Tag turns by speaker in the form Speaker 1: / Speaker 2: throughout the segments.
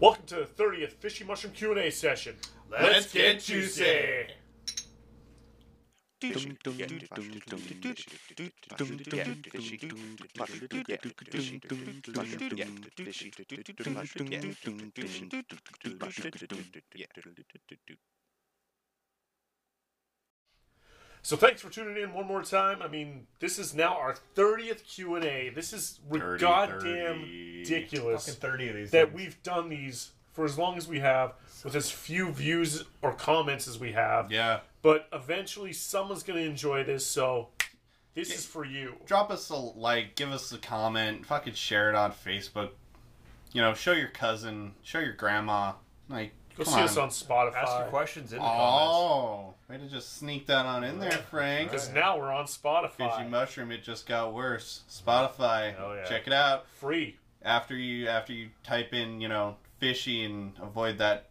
Speaker 1: Welcome to the 30th Fishy Mushroom Q&A session. Let's get juicy. So thanks for tuning in one more time. I mean, this is now our 30th Q&A. This is re-
Speaker 2: 30,
Speaker 1: goddamn
Speaker 2: 30.
Speaker 1: ridiculous.
Speaker 3: Fucking 30 of these.
Speaker 1: that
Speaker 3: things.
Speaker 1: we've done these for as long as we have with as few views or comments as we have.
Speaker 2: Yeah.
Speaker 1: But eventually someone's going to enjoy this, so this is for you.
Speaker 2: Drop us a like, give us a comment, fucking share it on Facebook. You know, show your cousin, show your grandma. Like,
Speaker 1: Go
Speaker 2: come
Speaker 1: see us on Spotify.
Speaker 3: ask your questions in the comments.
Speaker 2: Oh, way to just sneak that on in there, Frank.
Speaker 1: Because now we're on
Speaker 2: Fishy
Speaker 1: Spotify.
Speaker 2: mushroom, it just got worse. Spotify,
Speaker 3: Oh, yeah.
Speaker 2: check it out.
Speaker 1: Free.
Speaker 2: After you, after you type in, you know, fishy and avoid that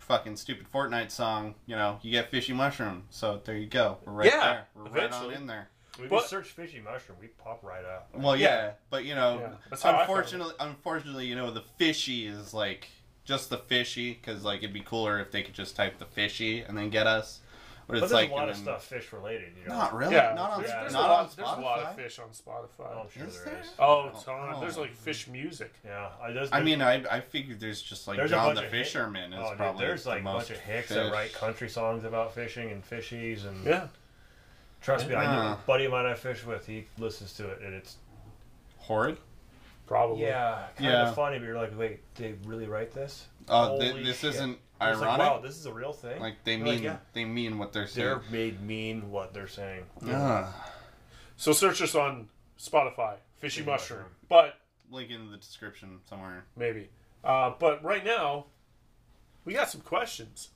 Speaker 2: fucking stupid Fortnite song. You know, you get fishy mushroom. So there you go. We're right
Speaker 1: Yeah,
Speaker 2: there. We're right on
Speaker 1: eventually.
Speaker 2: in there.
Speaker 3: We
Speaker 1: But-
Speaker 3: just search fishy mushroom, we pop right up.
Speaker 2: Well, yeah, but you know,
Speaker 1: Yeah, that's how I found it.
Speaker 2: unfortunately, unfortunately, you know, the fishy is like just the fishy because like it'd be cooler if they could just type the fishy and then get us. But
Speaker 3: But
Speaker 2: it's
Speaker 3: there's
Speaker 2: like
Speaker 3: a lot
Speaker 2: and
Speaker 3: of
Speaker 2: then-
Speaker 3: stuff fish related, you know.
Speaker 2: Not really.
Speaker 1: Yeah.
Speaker 2: Not on.
Speaker 1: there's, there's
Speaker 2: not
Speaker 1: a lot,
Speaker 2: on
Speaker 1: there's
Speaker 2: Spotify.
Speaker 1: a lot of fish on Spotify.
Speaker 3: Oh, I'm sure
Speaker 2: Is
Speaker 3: there
Speaker 2: there?
Speaker 3: is.
Speaker 1: Oh,
Speaker 2: Oh,
Speaker 1: ton.
Speaker 2: oh.
Speaker 1: There's like fish music.
Speaker 3: Yeah, I, there's,
Speaker 2: I mean, I I figured there's just like
Speaker 3: There's a
Speaker 2: John
Speaker 3: bunch
Speaker 2: the
Speaker 3: of hit-
Speaker 2: Fisherman is
Speaker 3: oh, dude,
Speaker 2: probably
Speaker 3: there's
Speaker 2: the
Speaker 3: like a
Speaker 2: most
Speaker 3: bunch of hicks that
Speaker 2: fish.
Speaker 3: write country songs about fishing and fishies and
Speaker 1: Yeah.
Speaker 3: trust me, I know
Speaker 2: Yeah.
Speaker 3: a buddy of mine I fish with, he listens to it and it's
Speaker 2: horrid.
Speaker 1: Probably.
Speaker 3: yeah, kind of
Speaker 2: Yeah.
Speaker 3: funny, but you're like, wait, they really write this?
Speaker 2: Oh, th-
Speaker 3: Holy
Speaker 2: this
Speaker 3: shit.
Speaker 2: isn't
Speaker 3: It's
Speaker 2: ironic.
Speaker 3: like,
Speaker 2: Like,
Speaker 3: wow, this is a real thing.
Speaker 2: they
Speaker 3: You're
Speaker 2: mean
Speaker 3: yeah,
Speaker 2: they mean what they're saying.
Speaker 3: they're made mean what they're saying.
Speaker 2: Ugh.
Speaker 1: So search us on Spotify. Fishy mushroom. But
Speaker 2: Link in the description somewhere.
Speaker 1: maybe. Uh, but right now, we got some questions.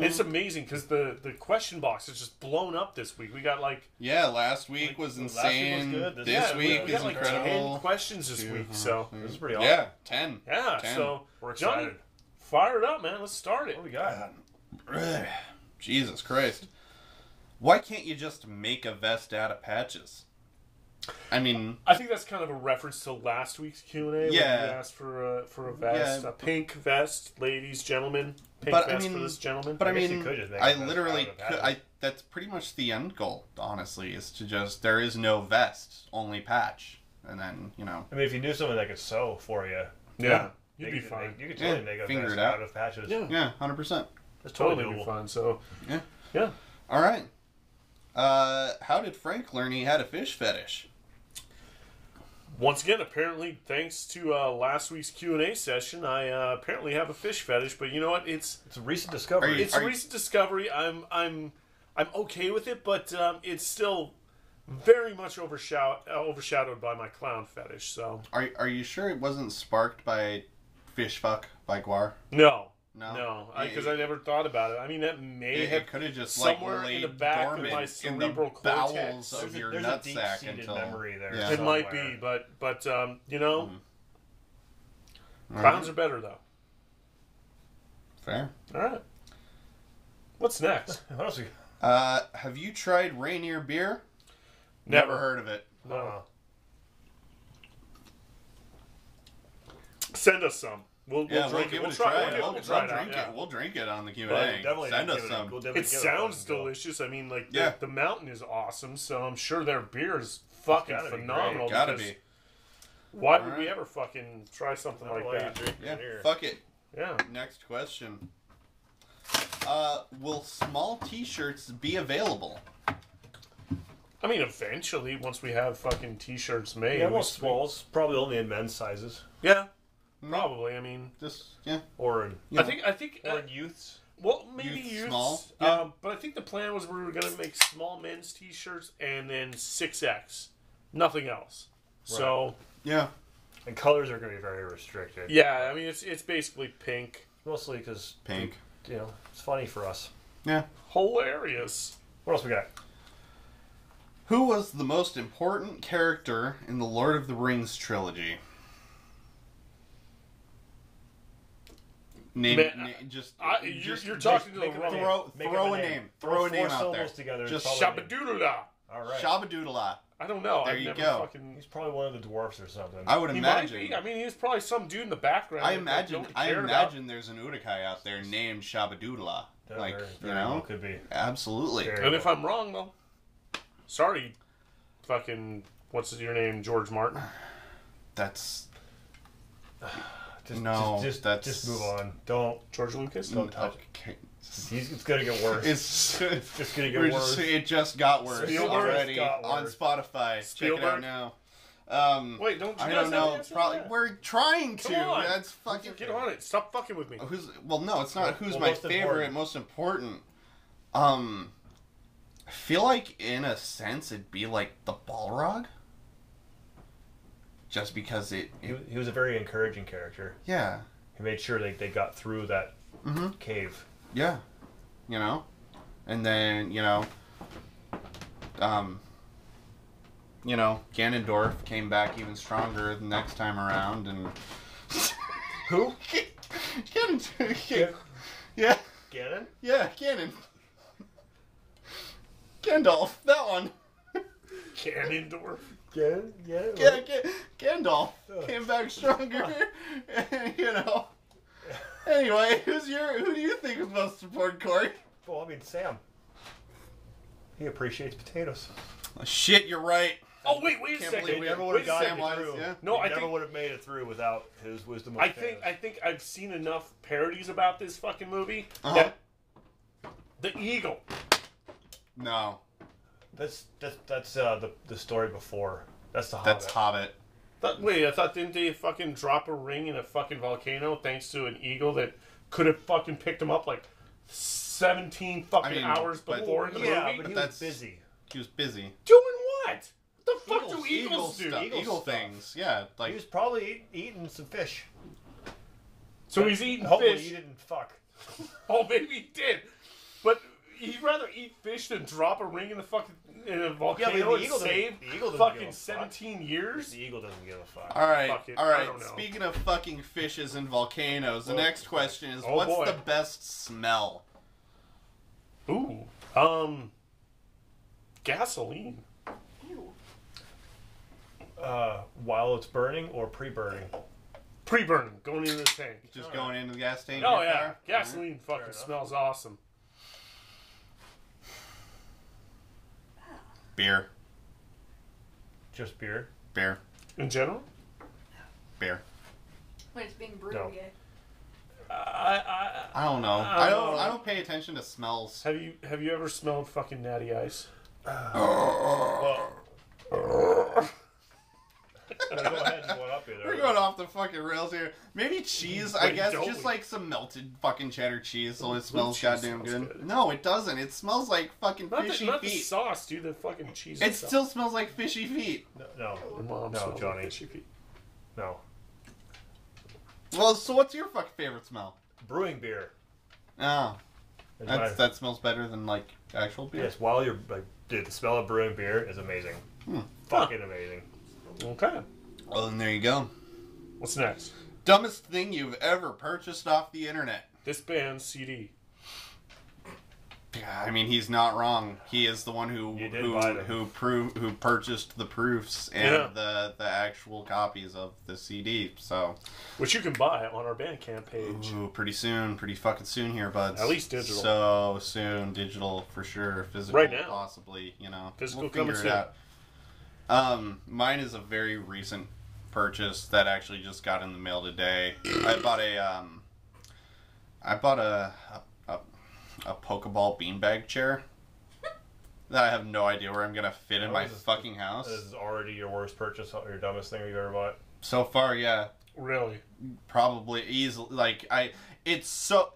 Speaker 1: It's amazing because the the question box is just blown up this week. We got like
Speaker 2: Yeah, last week
Speaker 3: Like,
Speaker 2: was
Speaker 3: last week was
Speaker 2: insane.
Speaker 3: good. This-
Speaker 2: This,
Speaker 1: yeah, we-
Speaker 2: week
Speaker 1: we
Speaker 2: is
Speaker 1: got like
Speaker 2: incredible.
Speaker 1: ten questions this week. So
Speaker 3: This is pretty awesome.
Speaker 2: Yeah, ten.
Speaker 1: yeah,
Speaker 2: Ten.
Speaker 1: so
Speaker 3: Mm-hmm. We're
Speaker 1: Johnny,
Speaker 3: excited.
Speaker 1: fire it up, man. Let's start it.
Speaker 3: What we got?
Speaker 2: Ugh. Jesus Christ. Why can't you just make a vest out of patches? I mean,
Speaker 1: I think that's kind of a reference to last week's Q and A.
Speaker 2: Yeah.
Speaker 1: you asked for a for a vest,
Speaker 2: Yeah.
Speaker 1: a pink vest, ladies, gentlemen, pink
Speaker 2: But, I
Speaker 1: vest for
Speaker 2: mean-
Speaker 1: this gentleman.
Speaker 2: but I,
Speaker 3: I guess you
Speaker 2: mean,
Speaker 3: could just make a
Speaker 2: I
Speaker 3: vest out
Speaker 2: literally,
Speaker 3: of a
Speaker 2: could,
Speaker 3: patch.
Speaker 2: I that's pretty much the end goal. Honestly, is to just there is no vest, only patch, and then you know,
Speaker 3: I mean, if you knew someone that could sew for you,
Speaker 1: yeah, you'd
Speaker 3: they
Speaker 1: be
Speaker 3: could
Speaker 1: fine.
Speaker 3: Make, you could totally
Speaker 2: Yeah,
Speaker 3: make a
Speaker 2: figure
Speaker 3: vest
Speaker 2: it out.
Speaker 3: out of patches.
Speaker 1: Yeah.
Speaker 2: yeah, hundred percent.
Speaker 3: That's totally,
Speaker 1: totally be
Speaker 3: doable.
Speaker 1: fine. So
Speaker 2: Yeah.
Speaker 1: yeah,
Speaker 2: All right. Uh, how did Frank learn he had a fish fetish?
Speaker 1: Once again, apparently, thanks to uh, last week's Q and A session, I uh, apparently have a fish fetish. But you know what? It's
Speaker 3: It's a recent discovery.
Speaker 2: Are you-
Speaker 1: it's a recent discovery. I'm I'm I'm okay with it, but um, it's still very much overshadowed uh, overshadowed by my clown fetish. So
Speaker 2: Are Are you sure it wasn't sparked by fish fuck by Guar?
Speaker 1: no,
Speaker 2: No?
Speaker 1: no, because
Speaker 2: Yeah,
Speaker 1: I,
Speaker 2: yeah.
Speaker 1: never thought about it. I mean, that may
Speaker 2: It,
Speaker 1: have
Speaker 2: could have just
Speaker 1: somewhere
Speaker 2: like
Speaker 1: in
Speaker 2: laid
Speaker 1: the back of my
Speaker 2: dormant
Speaker 1: cerebral
Speaker 2: in the bowels
Speaker 1: cortex.
Speaker 2: of
Speaker 3: There's a-
Speaker 2: your
Speaker 3: there's a
Speaker 2: nutsack
Speaker 3: deep-seated
Speaker 2: until
Speaker 3: memory there
Speaker 2: Yeah.
Speaker 1: it might
Speaker 3: somewhere.
Speaker 1: be, but but um, you know,
Speaker 2: Mm-hmm.
Speaker 1: clowns are better though.
Speaker 2: Fair.
Speaker 1: All right, what's next?
Speaker 3: what else? We,
Speaker 2: Uh, have you tried Rainier beer? heard of it.
Speaker 1: No.
Speaker 3: uh,
Speaker 1: Send us some. We'll, we'll
Speaker 2: yeah, we'll
Speaker 1: drink
Speaker 2: give
Speaker 1: it. We'll
Speaker 2: a
Speaker 1: try
Speaker 2: try.
Speaker 1: it. We'll, we'll try
Speaker 2: we'll
Speaker 1: it out,
Speaker 2: drink
Speaker 1: yeah.
Speaker 2: it. We'll drink it on the Q and
Speaker 3: but
Speaker 2: A.
Speaker 3: definitely
Speaker 2: Send
Speaker 3: give
Speaker 2: us
Speaker 3: it a-
Speaker 2: some.
Speaker 3: we'll definitely
Speaker 1: It
Speaker 3: give a
Speaker 1: sounds
Speaker 3: fucking go.
Speaker 1: delicious. I mean, like
Speaker 2: Yeah.
Speaker 1: the, the mountain is awesome, so I'm sure their beer is fucking
Speaker 3: gotta be
Speaker 1: phenomenal.
Speaker 2: Gotta
Speaker 1: because
Speaker 2: be.
Speaker 1: Why would we
Speaker 2: Alright.
Speaker 1: ever fucking try something
Speaker 3: I don't
Speaker 1: like
Speaker 3: know why
Speaker 1: that?
Speaker 3: you drink it
Speaker 2: Yeah.
Speaker 3: here.
Speaker 2: Fuck it.
Speaker 1: Yeah.
Speaker 2: Next question. Uh, will small T-shirts be available?
Speaker 1: I mean, eventually, once we have fucking t-shirts made,
Speaker 3: Yeah,
Speaker 1: we
Speaker 3: well,
Speaker 1: s-
Speaker 3: smalls probably only in men's sizes
Speaker 1: Yeah,
Speaker 2: Mm.
Speaker 1: probably. I mean,
Speaker 2: Just yeah.
Speaker 3: or in
Speaker 2: Yeah.
Speaker 1: I think I think uh,
Speaker 3: or in youths.
Speaker 1: well maybe
Speaker 2: Youth
Speaker 1: youths,
Speaker 2: small?
Speaker 1: Um, but I think the plan was we were gonna make small men's t-shirts and then six X, nothing else. So
Speaker 2: Yeah.
Speaker 3: And colors are going to be very restricted.
Speaker 1: yeah, I mean, it's it's basically pink.
Speaker 3: Mostly because
Speaker 2: Pink.
Speaker 3: you know it's funny for us.
Speaker 2: Yeah.
Speaker 1: Hilarious.
Speaker 3: What else we got?
Speaker 2: Who was the most important character in the Lord of the Rings trilogy? Name,
Speaker 1: Man,
Speaker 2: na- just,
Speaker 1: I- you're-
Speaker 2: just-
Speaker 1: you're
Speaker 2: just
Speaker 1: talking to the
Speaker 2: make up a
Speaker 1: wrong-
Speaker 2: Throw,
Speaker 3: Make
Speaker 2: throw
Speaker 3: up
Speaker 2: a name. Throw
Speaker 3: Throw
Speaker 2: a name
Speaker 3: four
Speaker 2: out there.
Speaker 3: syllables together.
Speaker 2: Just
Speaker 3: Just
Speaker 1: Shabadoodle.
Speaker 3: All right.
Speaker 2: Shabadoodla.
Speaker 1: I I don't know.
Speaker 2: There
Speaker 1: I've
Speaker 2: you
Speaker 1: never
Speaker 2: go.
Speaker 1: fucking.
Speaker 3: He's probably one of the dwarfs or something.
Speaker 2: I would
Speaker 1: He might
Speaker 2: imagine.
Speaker 1: be. I mean, he's probably some dude in the background.
Speaker 2: I
Speaker 1: that
Speaker 2: imagine.
Speaker 1: nobody
Speaker 2: I
Speaker 1: cared
Speaker 2: imagine there's an Udakai out there named Shabadoodla.
Speaker 3: That
Speaker 2: Like
Speaker 3: very-
Speaker 2: you
Speaker 3: very well
Speaker 2: know,
Speaker 3: could be.
Speaker 2: absolutely.
Speaker 3: Very
Speaker 1: About. And if
Speaker 3: well.
Speaker 1: I'm wrong though, sorry, fucking what's your name, George Martin?
Speaker 2: That's
Speaker 3: just,
Speaker 2: no,
Speaker 3: just, just,
Speaker 2: that's-
Speaker 3: just move on. Don't.
Speaker 1: George
Speaker 2: Mm,
Speaker 1: Lucas.
Speaker 3: touch
Speaker 2: okay.
Speaker 3: He's, it's gonna get worse.
Speaker 2: It's,
Speaker 3: just gonna get
Speaker 2: we're
Speaker 3: worse.
Speaker 2: Just, it just got worse
Speaker 1: Spielberg
Speaker 2: already
Speaker 3: got
Speaker 2: on
Speaker 3: worse.
Speaker 2: Spotify. Check it
Speaker 1: Spielberg?
Speaker 2: out now. Um,
Speaker 1: Wait, don't you guys
Speaker 2: I don't
Speaker 1: have an
Speaker 2: know.
Speaker 1: answer to
Speaker 2: Probably
Speaker 1: that?
Speaker 2: we're trying to.
Speaker 1: Come on.
Speaker 2: That's fucking.
Speaker 1: Get on it. Stop fucking with me.
Speaker 2: Who's well? No, it's not. Who's
Speaker 3: Well,
Speaker 2: my
Speaker 3: most
Speaker 2: favorite?
Speaker 3: important.
Speaker 2: Most important. Um, I feel like in a sense it'd be like the Balrog. Just because it,
Speaker 3: He,
Speaker 2: it
Speaker 3: wa- he was a very encouraging character.
Speaker 2: yeah,
Speaker 3: He made sure they, they got through that
Speaker 2: Mhm.
Speaker 3: cave.
Speaker 2: yeah, you know, and then you know, um, you know, Ganondorf came back even stronger the next time around, and
Speaker 3: Who?
Speaker 2: Ganondorf, yeah.
Speaker 3: Ganon?
Speaker 2: Yeah, Ganon. Gandalf, that one.
Speaker 1: Ganondorf.
Speaker 3: Ganon? Ganon?
Speaker 2: Yeah, Ga- Gandalf
Speaker 3: Ugh.
Speaker 2: came back stronger. you know. Anyway, who's your? Who do you think is most important, Corey?
Speaker 3: Well, I mean, Sam. He appreciates potatoes.
Speaker 2: Shit, you're right.
Speaker 1: Oh wait, wait a
Speaker 2: Can't
Speaker 1: second.
Speaker 2: believe we
Speaker 3: They never
Speaker 2: haven't
Speaker 3: would
Speaker 1: wait
Speaker 3: have
Speaker 1: a
Speaker 3: gotten
Speaker 1: second.
Speaker 2: Samwise,
Speaker 3: through.
Speaker 2: yeah.
Speaker 1: No,
Speaker 3: They
Speaker 1: I
Speaker 3: never
Speaker 1: think-
Speaker 3: would have made it through without his wisdom. Of
Speaker 1: I think I
Speaker 3: potatoes.
Speaker 1: think I've seen enough parodies about this fucking movie
Speaker 2: Uh-huh.
Speaker 1: that the eagle.
Speaker 2: No,
Speaker 3: that's that's that's uh, the the story before. That's the Hobbit.
Speaker 2: that's Hobbit.
Speaker 1: Thought, wait, I thought didn't they fucking drop a ring in a fucking volcano thanks to an eagle that could have fucking picked him up like seventeen fucking
Speaker 2: I mean,
Speaker 1: hours
Speaker 2: but-
Speaker 1: before in the
Speaker 3: Yeah,
Speaker 1: movie.
Speaker 3: but he
Speaker 2: that's-
Speaker 3: was busy.
Speaker 2: He was busy.
Speaker 1: Doing what? What the fuck do eagles do?
Speaker 2: stuff.
Speaker 3: Eagle
Speaker 2: Eagle
Speaker 3: stuff.
Speaker 2: things. Yeah, like
Speaker 3: He was probably eat, eating some fish.
Speaker 1: So he's eating
Speaker 3: Hopefully,
Speaker 1: fish.
Speaker 3: he didn't fuck.
Speaker 1: Oh, maybe he did, but he'd rather eat fish than drop a ring in the fucking in a volcano
Speaker 3: the
Speaker 1: and
Speaker 3: eagle doesn't-
Speaker 1: save
Speaker 3: the eagle doesn't give
Speaker 1: fucking
Speaker 3: a fuck.
Speaker 1: seventeen years.
Speaker 3: The eagle doesn't give a fuck.
Speaker 2: All right,
Speaker 1: Fuck it,
Speaker 2: all
Speaker 1: I
Speaker 2: right.
Speaker 1: don't know.
Speaker 2: Speaking of fucking fishes and volcanoes, the
Speaker 1: Well,
Speaker 2: next question is,
Speaker 1: oh
Speaker 2: what's
Speaker 1: boy.
Speaker 2: the best smell?
Speaker 3: e-
Speaker 1: Ooh, um, gasoline.
Speaker 3: Uh, while it's burning or pre-burning.
Speaker 1: Pre-burning, going into the tank.
Speaker 2: Just going into the gas tank. in
Speaker 1: Oh
Speaker 2: your
Speaker 1: yeah,
Speaker 2: car?
Speaker 1: gasoline fucking
Speaker 3: enough.
Speaker 1: smells awesome.
Speaker 2: Beer,
Speaker 3: Just beer.
Speaker 2: beer,
Speaker 1: In general,
Speaker 2: beer.
Speaker 4: When it's being brewed,
Speaker 3: No.
Speaker 4: yeah.
Speaker 1: I, I,
Speaker 2: I don't know. I
Speaker 1: don't
Speaker 2: don't.
Speaker 1: know.
Speaker 2: I don't pay attention to smells.
Speaker 1: have you have you ever smelled fucking natty ice?
Speaker 3: Well, go ahead and one up you there.
Speaker 2: We're going off the fucking rails here. Maybe cheese. I
Speaker 1: Wait,
Speaker 2: guess
Speaker 1: don't
Speaker 2: just
Speaker 1: we?
Speaker 2: like some melted fucking cheddar cheese, so it smells
Speaker 1: cheese
Speaker 2: goddamn
Speaker 1: smells
Speaker 2: good.
Speaker 1: good.
Speaker 2: No, it doesn't. It smells like fucking
Speaker 1: Not, the,
Speaker 2: fishy
Speaker 1: not the
Speaker 2: feet.
Speaker 1: sauce, dude. The fucking cheese.
Speaker 2: It
Speaker 1: itself.
Speaker 2: still smells like fishy feet.
Speaker 3: No,
Speaker 1: Your mom
Speaker 3: No,
Speaker 1: smells
Speaker 3: Johnny.
Speaker 1: Like fishy feet.
Speaker 3: no.
Speaker 2: Well, so what's your fucking favorite smell?
Speaker 3: Brewing beer.
Speaker 2: Oh,
Speaker 3: is my-
Speaker 2: that's, that smells better than like actual beer.
Speaker 3: Yes, while you're like, dude, the smell of brewing beer is amazing.
Speaker 2: Hmm.
Speaker 3: Fucking amazing.
Speaker 1: Okay,
Speaker 2: Well, then there you go.
Speaker 1: what's next?
Speaker 2: Dumbest thing you've ever purchased off the internet.
Speaker 1: This band CD.
Speaker 2: Yeah, I mean, he's not wrong. He is the one who
Speaker 3: You did
Speaker 2: who
Speaker 3: buy them.
Speaker 2: who prove who purchased the proofs and
Speaker 1: Yeah.
Speaker 2: the the actual copies of the CD. So,
Speaker 1: which you can buy on our Bandcamp page.
Speaker 2: ooh, pretty soon, pretty fucking soon here, buds.
Speaker 1: At least digital.
Speaker 2: So soon, digital for sure. Physical,
Speaker 1: Right now.
Speaker 2: possibly. You know,
Speaker 1: Physical
Speaker 2: we'll figure
Speaker 1: coming
Speaker 2: it
Speaker 1: soon.
Speaker 2: out. Um, mine is a very recent purchase that actually just got in the mail today. I bought a um, I bought a a, a, a Pokeball beanbag chair that I have no idea where I'm gonna fit in
Speaker 3: Oh,
Speaker 2: my
Speaker 3: this is-
Speaker 2: fucking
Speaker 3: This
Speaker 2: house.
Speaker 3: is already your worst purchase or your dumbest thing you've ever bought.
Speaker 2: So far, yeah,
Speaker 1: Really?
Speaker 2: probably easily. Like I, it's so,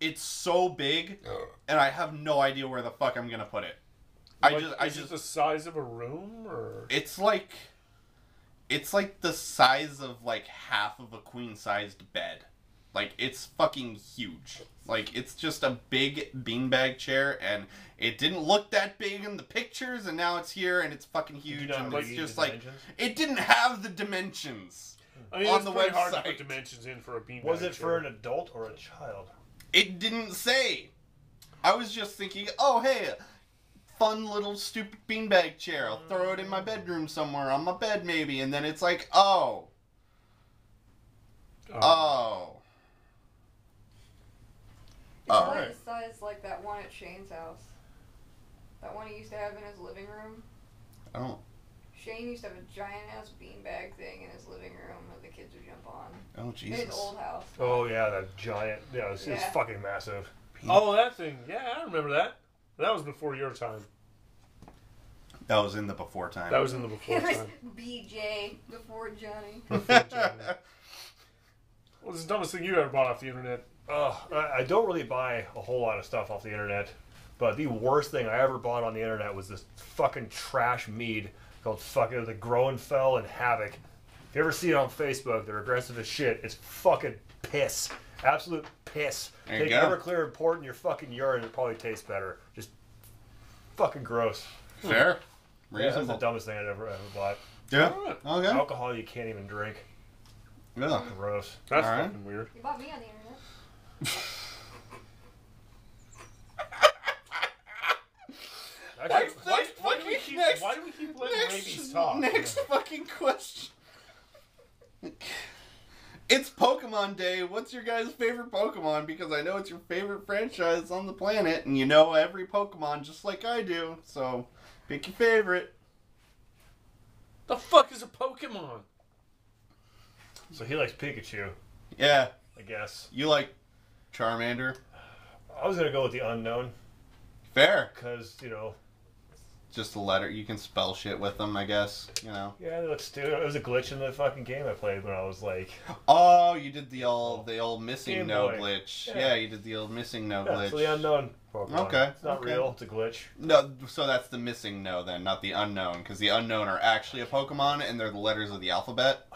Speaker 2: it's so big, and I have no idea where the fuck I'm gonna put it. I
Speaker 1: Like,
Speaker 2: just, I
Speaker 1: is it
Speaker 2: just,
Speaker 1: the size of a room, or
Speaker 2: it's like, it's like the size of like half of a queen sized bed. Like it's fucking huge. Like it's just a big beanbag chair, and it didn't look that big in the pictures, and now it's here, and it's fucking
Speaker 3: do
Speaker 2: huge,
Speaker 3: not
Speaker 2: and
Speaker 3: read
Speaker 2: it's
Speaker 3: the
Speaker 2: just like
Speaker 3: dimensions?
Speaker 2: it didn't have the dimensions.
Speaker 1: I mean,
Speaker 2: on
Speaker 1: it's
Speaker 2: the
Speaker 1: pretty hard to
Speaker 2: website.
Speaker 1: put dimensions in for a beanbag.
Speaker 3: Was it for
Speaker 1: chair.
Speaker 3: an adult or a child?
Speaker 2: It didn't say. I was just thinking, oh hey, fun little stupid beanbag chair. I'll throw it in my bedroom somewhere, on my bed maybe, and then it's like, oh,
Speaker 1: Um,
Speaker 2: oh.
Speaker 4: It's
Speaker 2: Oh.
Speaker 4: always the size like that one at Shane's house. That one he used to have in his living room.
Speaker 2: I don't,
Speaker 4: Shane used to have a giant ass beanbag thing in his living room that the kids would jump on.
Speaker 2: oh
Speaker 4: In his
Speaker 2: Jesus.
Speaker 4: old house.
Speaker 3: Oh yeah, that giant. Yeah, it's, it's
Speaker 4: Yeah.
Speaker 3: fucking massive.
Speaker 1: oh, that thing. Yeah, I remember that. That was before your time.
Speaker 2: That was in the before time.
Speaker 1: That was in the before
Speaker 4: It was
Speaker 1: time.
Speaker 4: BJ before Johnny.
Speaker 1: What was the dumbest thing you ever bought off the internet?
Speaker 3: Oh, I, I don't really buy a whole lot of stuff off the internet, but the worst thing I ever bought on the internet was this fucking trash mead called fucking the Groenfell and Havoc. If you ever see it on Facebook, they're aggressive as shit. It's fucking piss, absolute piss.
Speaker 2: There you
Speaker 3: Take
Speaker 2: go.
Speaker 3: Everclear and pour it in your fucking urine. It probably tastes better. Just fucking gross.
Speaker 2: Fair.
Speaker 3: Yeah, that's the
Speaker 2: Reasonable.
Speaker 3: dumbest thing I'd ever ever bought.
Speaker 2: Yeah. Okay.
Speaker 3: Alcohol you can't even drink.
Speaker 2: Yeah.
Speaker 3: Gross.
Speaker 1: That's
Speaker 2: All right.
Speaker 1: fucking weird.
Speaker 4: You bought me on the internet.
Speaker 3: Actually,
Speaker 1: Why,
Speaker 2: Next
Speaker 1: why, do we
Speaker 2: fucking-
Speaker 1: keep,
Speaker 2: next-
Speaker 1: why do we keep letting
Speaker 2: Next,
Speaker 1: ladies talk?
Speaker 2: next fucking question. It's Pokemon Day. What's your guys' favorite Pokemon? Because I know it's your favorite franchise on the planet, and you know every Pokemon just like I do. So, pick your favorite.
Speaker 1: The fuck is a Pokemon?
Speaker 3: so he likes Pikachu,
Speaker 2: Yeah,
Speaker 3: I guess.
Speaker 2: you like Charmander.
Speaker 3: I was gonna go with the unknown
Speaker 2: Fair.
Speaker 3: because you know,
Speaker 2: Just a letter. You can spell shit with them, I guess. You know.
Speaker 3: yeah, it looks stupid. It was a glitch in the fucking game I played when I was like,
Speaker 2: Oh, you did the old the old missing
Speaker 3: Game
Speaker 2: no
Speaker 3: Boy.
Speaker 2: glitch. Yeah.
Speaker 3: Yeah.
Speaker 2: you did the old missing no
Speaker 3: yeah,
Speaker 2: glitch.
Speaker 3: so the unknown. Pokemon.
Speaker 2: Okay,
Speaker 3: it's not
Speaker 2: okay.
Speaker 3: real. It's a glitch.
Speaker 2: No, so that's the missing no then, not the unknown, because the unknown are actually a Pokemon and they're the letters of the alphabet.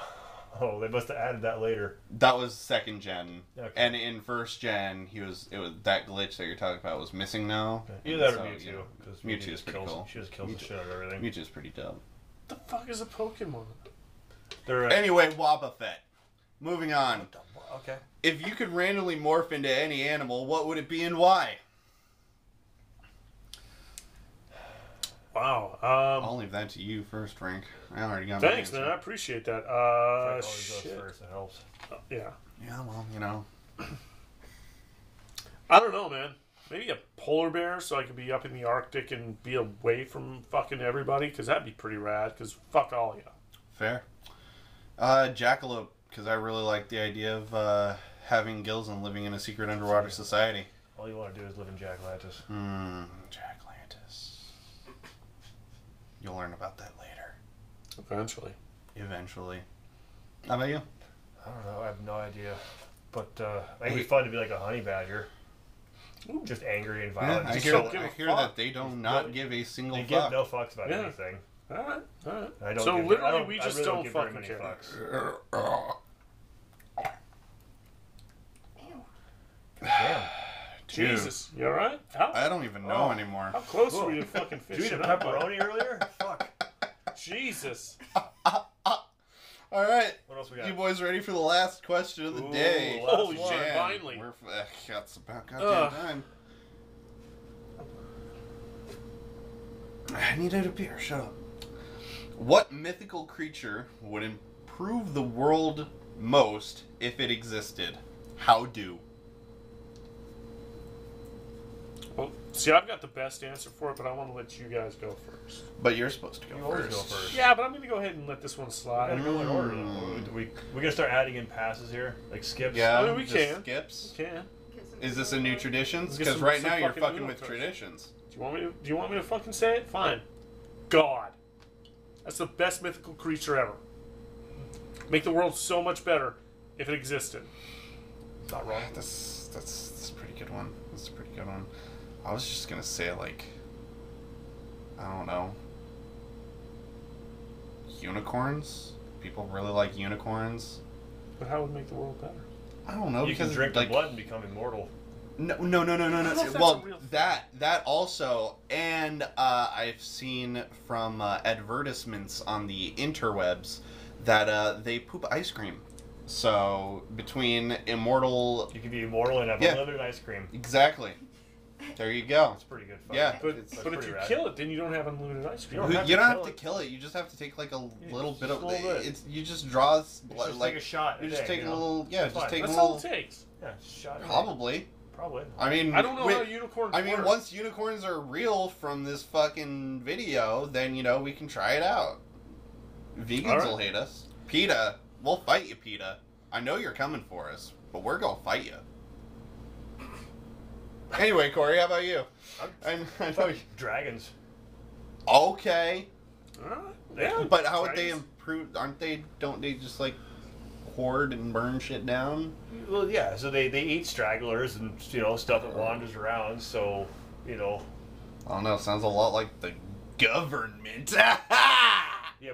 Speaker 3: Oh, they must have added that later.
Speaker 2: That was second gen,
Speaker 3: Okay.
Speaker 2: and in first gen, he was it was that glitch that you're talking about was missing no.
Speaker 3: Either that or
Speaker 2: So,
Speaker 3: Mewtwo.
Speaker 2: yeah.
Speaker 3: 'cause
Speaker 2: Mewtwo
Speaker 3: Mewtwo
Speaker 2: is
Speaker 3: just
Speaker 2: pretty
Speaker 3: kills,
Speaker 2: cool.
Speaker 3: She just kills
Speaker 2: Mewtwo-
Speaker 3: the shit out of everything.
Speaker 2: Mewtwo's pretty dumb.
Speaker 1: The fuck is a Pokemon?
Speaker 3: They're, uh,
Speaker 2: Anyway, Wobbuffet. Moving on. Uh,
Speaker 3: okay.
Speaker 2: If you could randomly morph into any animal, what would it be and why?
Speaker 1: Wow. Um,
Speaker 2: I'll leave that to you first, Frank. I already
Speaker 3: Oh,
Speaker 2: got. my
Speaker 1: thanks, man.
Speaker 2: answer.
Speaker 1: I appreciate that. Uh,
Speaker 3: Frank always goes
Speaker 1: shit.
Speaker 3: first. It helps.
Speaker 1: Yeah.
Speaker 2: Yeah, well, you know,
Speaker 1: I don't know, man. Maybe a polar bear so I could be up in the Arctic and be away from fucking everybody because that'd be pretty rad because fuck all you.
Speaker 2: Fair. Uh, jackalope, because I really like the idea of uh, having gills and living in a secret underwater society.
Speaker 3: All you want to do is live in Jack Lantis.
Speaker 2: Hmm, Jacklantis. You'll learn about that later,
Speaker 1: Eventually.
Speaker 2: eventually. How about you?
Speaker 3: I don't know. I have no idea. But uh, I think it'd
Speaker 2: Hey.
Speaker 3: be fun to be like a honey badger.
Speaker 1: Ooh.
Speaker 3: Just angry and violent.
Speaker 1: just
Speaker 2: I
Speaker 3: Just
Speaker 2: hear,
Speaker 1: don't
Speaker 2: that,
Speaker 1: give
Speaker 2: I
Speaker 1: a
Speaker 2: hear
Speaker 1: fuck.
Speaker 2: that they do not
Speaker 3: don't-
Speaker 2: give a single
Speaker 3: they
Speaker 2: fuck.
Speaker 3: give no fucks about
Speaker 1: Yeah.
Speaker 3: anything.
Speaker 1: All right. All right.
Speaker 3: I don't
Speaker 1: so
Speaker 3: give, I
Speaker 1: literally,
Speaker 3: don't,
Speaker 1: we
Speaker 3: I
Speaker 1: just
Speaker 3: really
Speaker 1: don't,
Speaker 3: give very
Speaker 1: fucking
Speaker 3: many
Speaker 1: care.
Speaker 3: fucks.
Speaker 4: Ew.
Speaker 3: Damn.
Speaker 2: Dude,
Speaker 1: Jesus, you all right? How,
Speaker 2: I don't even know
Speaker 1: Oh.
Speaker 2: anymore.
Speaker 1: how close
Speaker 3: Cool.
Speaker 1: were you to fucking
Speaker 3: Did you eat a
Speaker 1: fishing? up, bud?
Speaker 3: pepperoni earlier? Fuck.
Speaker 1: Jesus.
Speaker 2: All right,
Speaker 3: What else we got?
Speaker 2: you boys ready for the last question of the
Speaker 3: Ooh,
Speaker 2: day?
Speaker 3: last
Speaker 1: Holy
Speaker 3: one.
Speaker 1: shit,
Speaker 2: Man,
Speaker 1: finally.
Speaker 2: We're uh, that's about goddamn
Speaker 1: Ugh.
Speaker 2: time. I needed a beer. Shut up. What mythical creature would improve the world most if it existed? How do?
Speaker 1: Well, see, I've got the best answer for it, but I want to let you guys go first.
Speaker 2: But you're supposed to go
Speaker 3: You always
Speaker 2: first.
Speaker 3: go first.
Speaker 1: Yeah, but I'm going to go ahead and let this one
Speaker 3: I gotta
Speaker 1: slide.
Speaker 3: go in order.
Speaker 2: Mm.
Speaker 3: though. We, we, we gonna start adding in passes here, like skips.
Speaker 2: Yeah,
Speaker 1: I mean, we
Speaker 2: just
Speaker 1: can.
Speaker 2: Skips.
Speaker 1: Can.
Speaker 4: Get some
Speaker 2: Is this a new
Speaker 4: Pokemon.
Speaker 2: tradition?
Speaker 1: Let's get
Speaker 2: Because
Speaker 1: some-
Speaker 2: right
Speaker 1: some
Speaker 2: now you're
Speaker 1: fucking
Speaker 2: fucking
Speaker 1: noodle
Speaker 2: with
Speaker 1: toast.
Speaker 2: traditions.
Speaker 1: Do you want me to? Do you want me to fucking say it? Fine. God, that's the best mythical creature ever. Make the world so much better if it existed.
Speaker 3: Not wrong.
Speaker 2: That's that's that's a pretty good one. That's a pretty good one. I was just gonna say like I don't know. Unicorns? People really like unicorns.
Speaker 1: But how would it make the world better?
Speaker 2: I don't know
Speaker 3: You
Speaker 2: because
Speaker 3: can drink
Speaker 2: like
Speaker 3: the blood and become immortal.
Speaker 2: no no no no no
Speaker 1: I don't know if
Speaker 2: no.
Speaker 1: that's
Speaker 2: Well,
Speaker 1: a real-
Speaker 2: that that also, and uh, I've seen from uh, advertisements on the interwebs that uh, they poop ice cream. So between immortal,
Speaker 3: You can be immortal and have
Speaker 2: Yeah.
Speaker 3: unlimited ice cream.
Speaker 2: exactly. There you go.
Speaker 3: It's pretty good. Fun.
Speaker 2: Yeah,
Speaker 1: But,
Speaker 2: it's
Speaker 1: but if
Speaker 3: pretty
Speaker 1: you
Speaker 3: rad.
Speaker 1: kill it, then you don't have unlimited ice cream.
Speaker 3: You
Speaker 2: You
Speaker 3: don't
Speaker 2: you
Speaker 3: have
Speaker 2: don't, have
Speaker 3: to kill
Speaker 2: to
Speaker 3: it.
Speaker 2: kill it. You just have to take like a little
Speaker 3: just
Speaker 2: bit of.
Speaker 3: a little bit.
Speaker 2: It's you just draw s-
Speaker 3: It's
Speaker 2: like,
Speaker 3: just like a shot. a
Speaker 2: you just
Speaker 3: day,
Speaker 2: take
Speaker 3: you
Speaker 2: a
Speaker 3: know?
Speaker 2: little. Yeah,
Speaker 3: It's
Speaker 2: just
Speaker 3: fine.
Speaker 2: take a
Speaker 1: That's all
Speaker 2: little.
Speaker 1: it takes.
Speaker 3: Yeah, shot. a day.
Speaker 2: Probably.
Speaker 3: Probably.
Speaker 2: I mean,
Speaker 1: I don't know
Speaker 2: wi-
Speaker 1: how unicorns
Speaker 2: I mean,
Speaker 1: work.
Speaker 2: once unicorns are real from this fucking video, then you know we can try it out. Vegans
Speaker 1: All right.
Speaker 2: will hate us. PETA, we'll fight you, PETA. I know you're coming for us, but we're gonna fight you. Anyway, Corey, how about you?
Speaker 3: I'm-
Speaker 2: I'm, I know.
Speaker 3: Fuck
Speaker 2: You,
Speaker 3: dragons.
Speaker 2: okay,
Speaker 1: Alright, yeah,
Speaker 2: but how would they
Speaker 1: dragons.
Speaker 2: improve? Aren't they? Don't they just like hoard and burn shit down?
Speaker 3: Well, yeah. So they they eat stragglers and you know stuff that wanders around. So you know,
Speaker 2: I don't know. Sounds a lot like the government.
Speaker 3: yeah.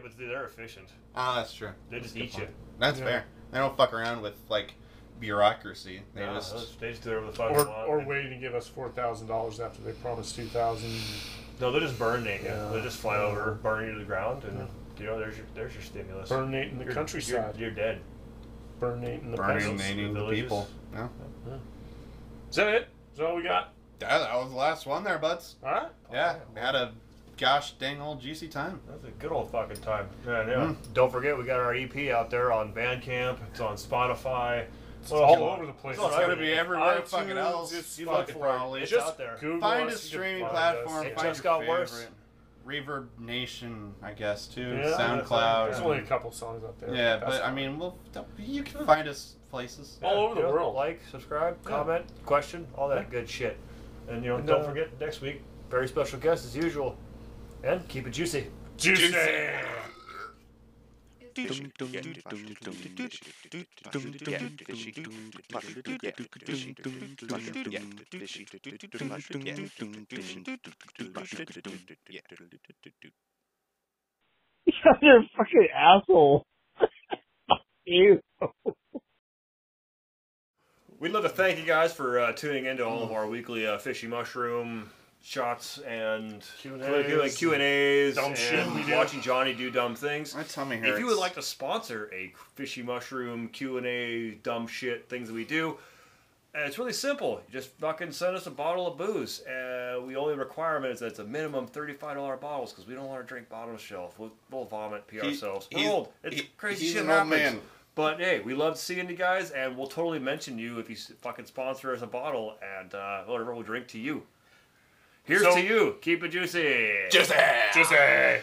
Speaker 3: But they're efficient.
Speaker 2: Ah, that's true.
Speaker 3: They just
Speaker 2: Good
Speaker 3: eat
Speaker 2: point.
Speaker 3: you.
Speaker 2: That's
Speaker 1: Yeah.
Speaker 2: fair. They don't fuck around with like bureaucracy. They
Speaker 3: Yeah,
Speaker 2: just
Speaker 3: those- they just do whatever the fuck they
Speaker 1: or,
Speaker 3: want.
Speaker 1: or waiting to give us four thousand dollars after they promised two thousand.
Speaker 3: No, they're just burning.
Speaker 1: Yeah.
Speaker 3: They just fly over, burn you to the ground, and
Speaker 1: Yeah.
Speaker 3: you know there's your there's your stimulus.
Speaker 1: Burnate in the
Speaker 3: You're-
Speaker 1: countryside.
Speaker 3: You're, you're dead.
Speaker 1: burning the
Speaker 2: burning
Speaker 1: peasants.
Speaker 2: the
Speaker 3: the
Speaker 2: native
Speaker 3: villages.
Speaker 2: people. No,
Speaker 1: Is that it? Is that all we got?
Speaker 2: yeah, that was the last one there, buds.
Speaker 1: All right.
Speaker 2: Yeah,
Speaker 1: Oh,
Speaker 2: we had a gosh dang old juicy time.
Speaker 3: That's a good old fucking time. Yeah, yeah.
Speaker 1: Mm.
Speaker 3: Don't forget, we got our EP out there on Bandcamp. It's on Spotify. It's
Speaker 1: all over the place.
Speaker 3: It's, on
Speaker 1: It's gotta
Speaker 2: It's gonna
Speaker 3: everything.
Speaker 2: be everywhere
Speaker 1: iTunes,
Speaker 2: fucking else.
Speaker 1: it's
Speaker 2: you
Speaker 1: fucking
Speaker 2: look for it.
Speaker 3: It's
Speaker 1: Just
Speaker 3: out there.
Speaker 1: Google
Speaker 2: Find
Speaker 1: us,
Speaker 2: a
Speaker 1: you can
Speaker 2: streaming
Speaker 1: find
Speaker 2: platform.
Speaker 1: us.
Speaker 3: It
Speaker 2: find
Speaker 3: just
Speaker 2: your
Speaker 3: got worse.
Speaker 2: favorite. Reverb Nation, I guess too.
Speaker 1: Yeah,
Speaker 2: SoundCloud.
Speaker 1: There's only a couple songs up there.
Speaker 2: yeah,
Speaker 1: That's
Speaker 2: but I
Speaker 1: all.
Speaker 2: mean, we'll, you can find us places.
Speaker 1: All over the
Speaker 3: Yeah,
Speaker 1: world.
Speaker 3: Like, subscribe, comment, question, all that good shit. And you know,
Speaker 1: And,
Speaker 3: don't
Speaker 1: uh,
Speaker 3: forget next week, very special guest as usual. And keep it juicy.
Speaker 1: juicy.
Speaker 5: Yeah.
Speaker 6: You're a fucking asshole. you.
Speaker 3: We'd love to thank you guys for uh, tuning into all of our weekly uh, fishy mushroom shots and
Speaker 1: Q&As.
Speaker 3: Q and A's,
Speaker 1: Dumb shit we do.
Speaker 3: watching Johnny do dumb things.
Speaker 2: My tummy hurts.
Speaker 3: If you would like to sponsor a fishy mushroom Q and A dumb shit things that we do, uh, it's really simple. You just fucking send us a bottle of booze. Uh, we only requirement is that it's a minimum thirty-five dollar bottles because we don't want to drink bottom shelf. We'll, we'll vomit, pee
Speaker 2: He-
Speaker 3: ourselves. We're
Speaker 2: he's-
Speaker 3: old. It's
Speaker 2: he-
Speaker 3: crazy
Speaker 2: he's
Speaker 3: shit
Speaker 2: an old
Speaker 3: happens.
Speaker 2: man.
Speaker 3: But hey, we love seeing you guys, and we'll totally mention you if you s- fucking sponsor us a bottle and uh, whatever we'll drink to you. Here's
Speaker 1: So-
Speaker 3: to you. Keep it juicy.
Speaker 1: Juicy.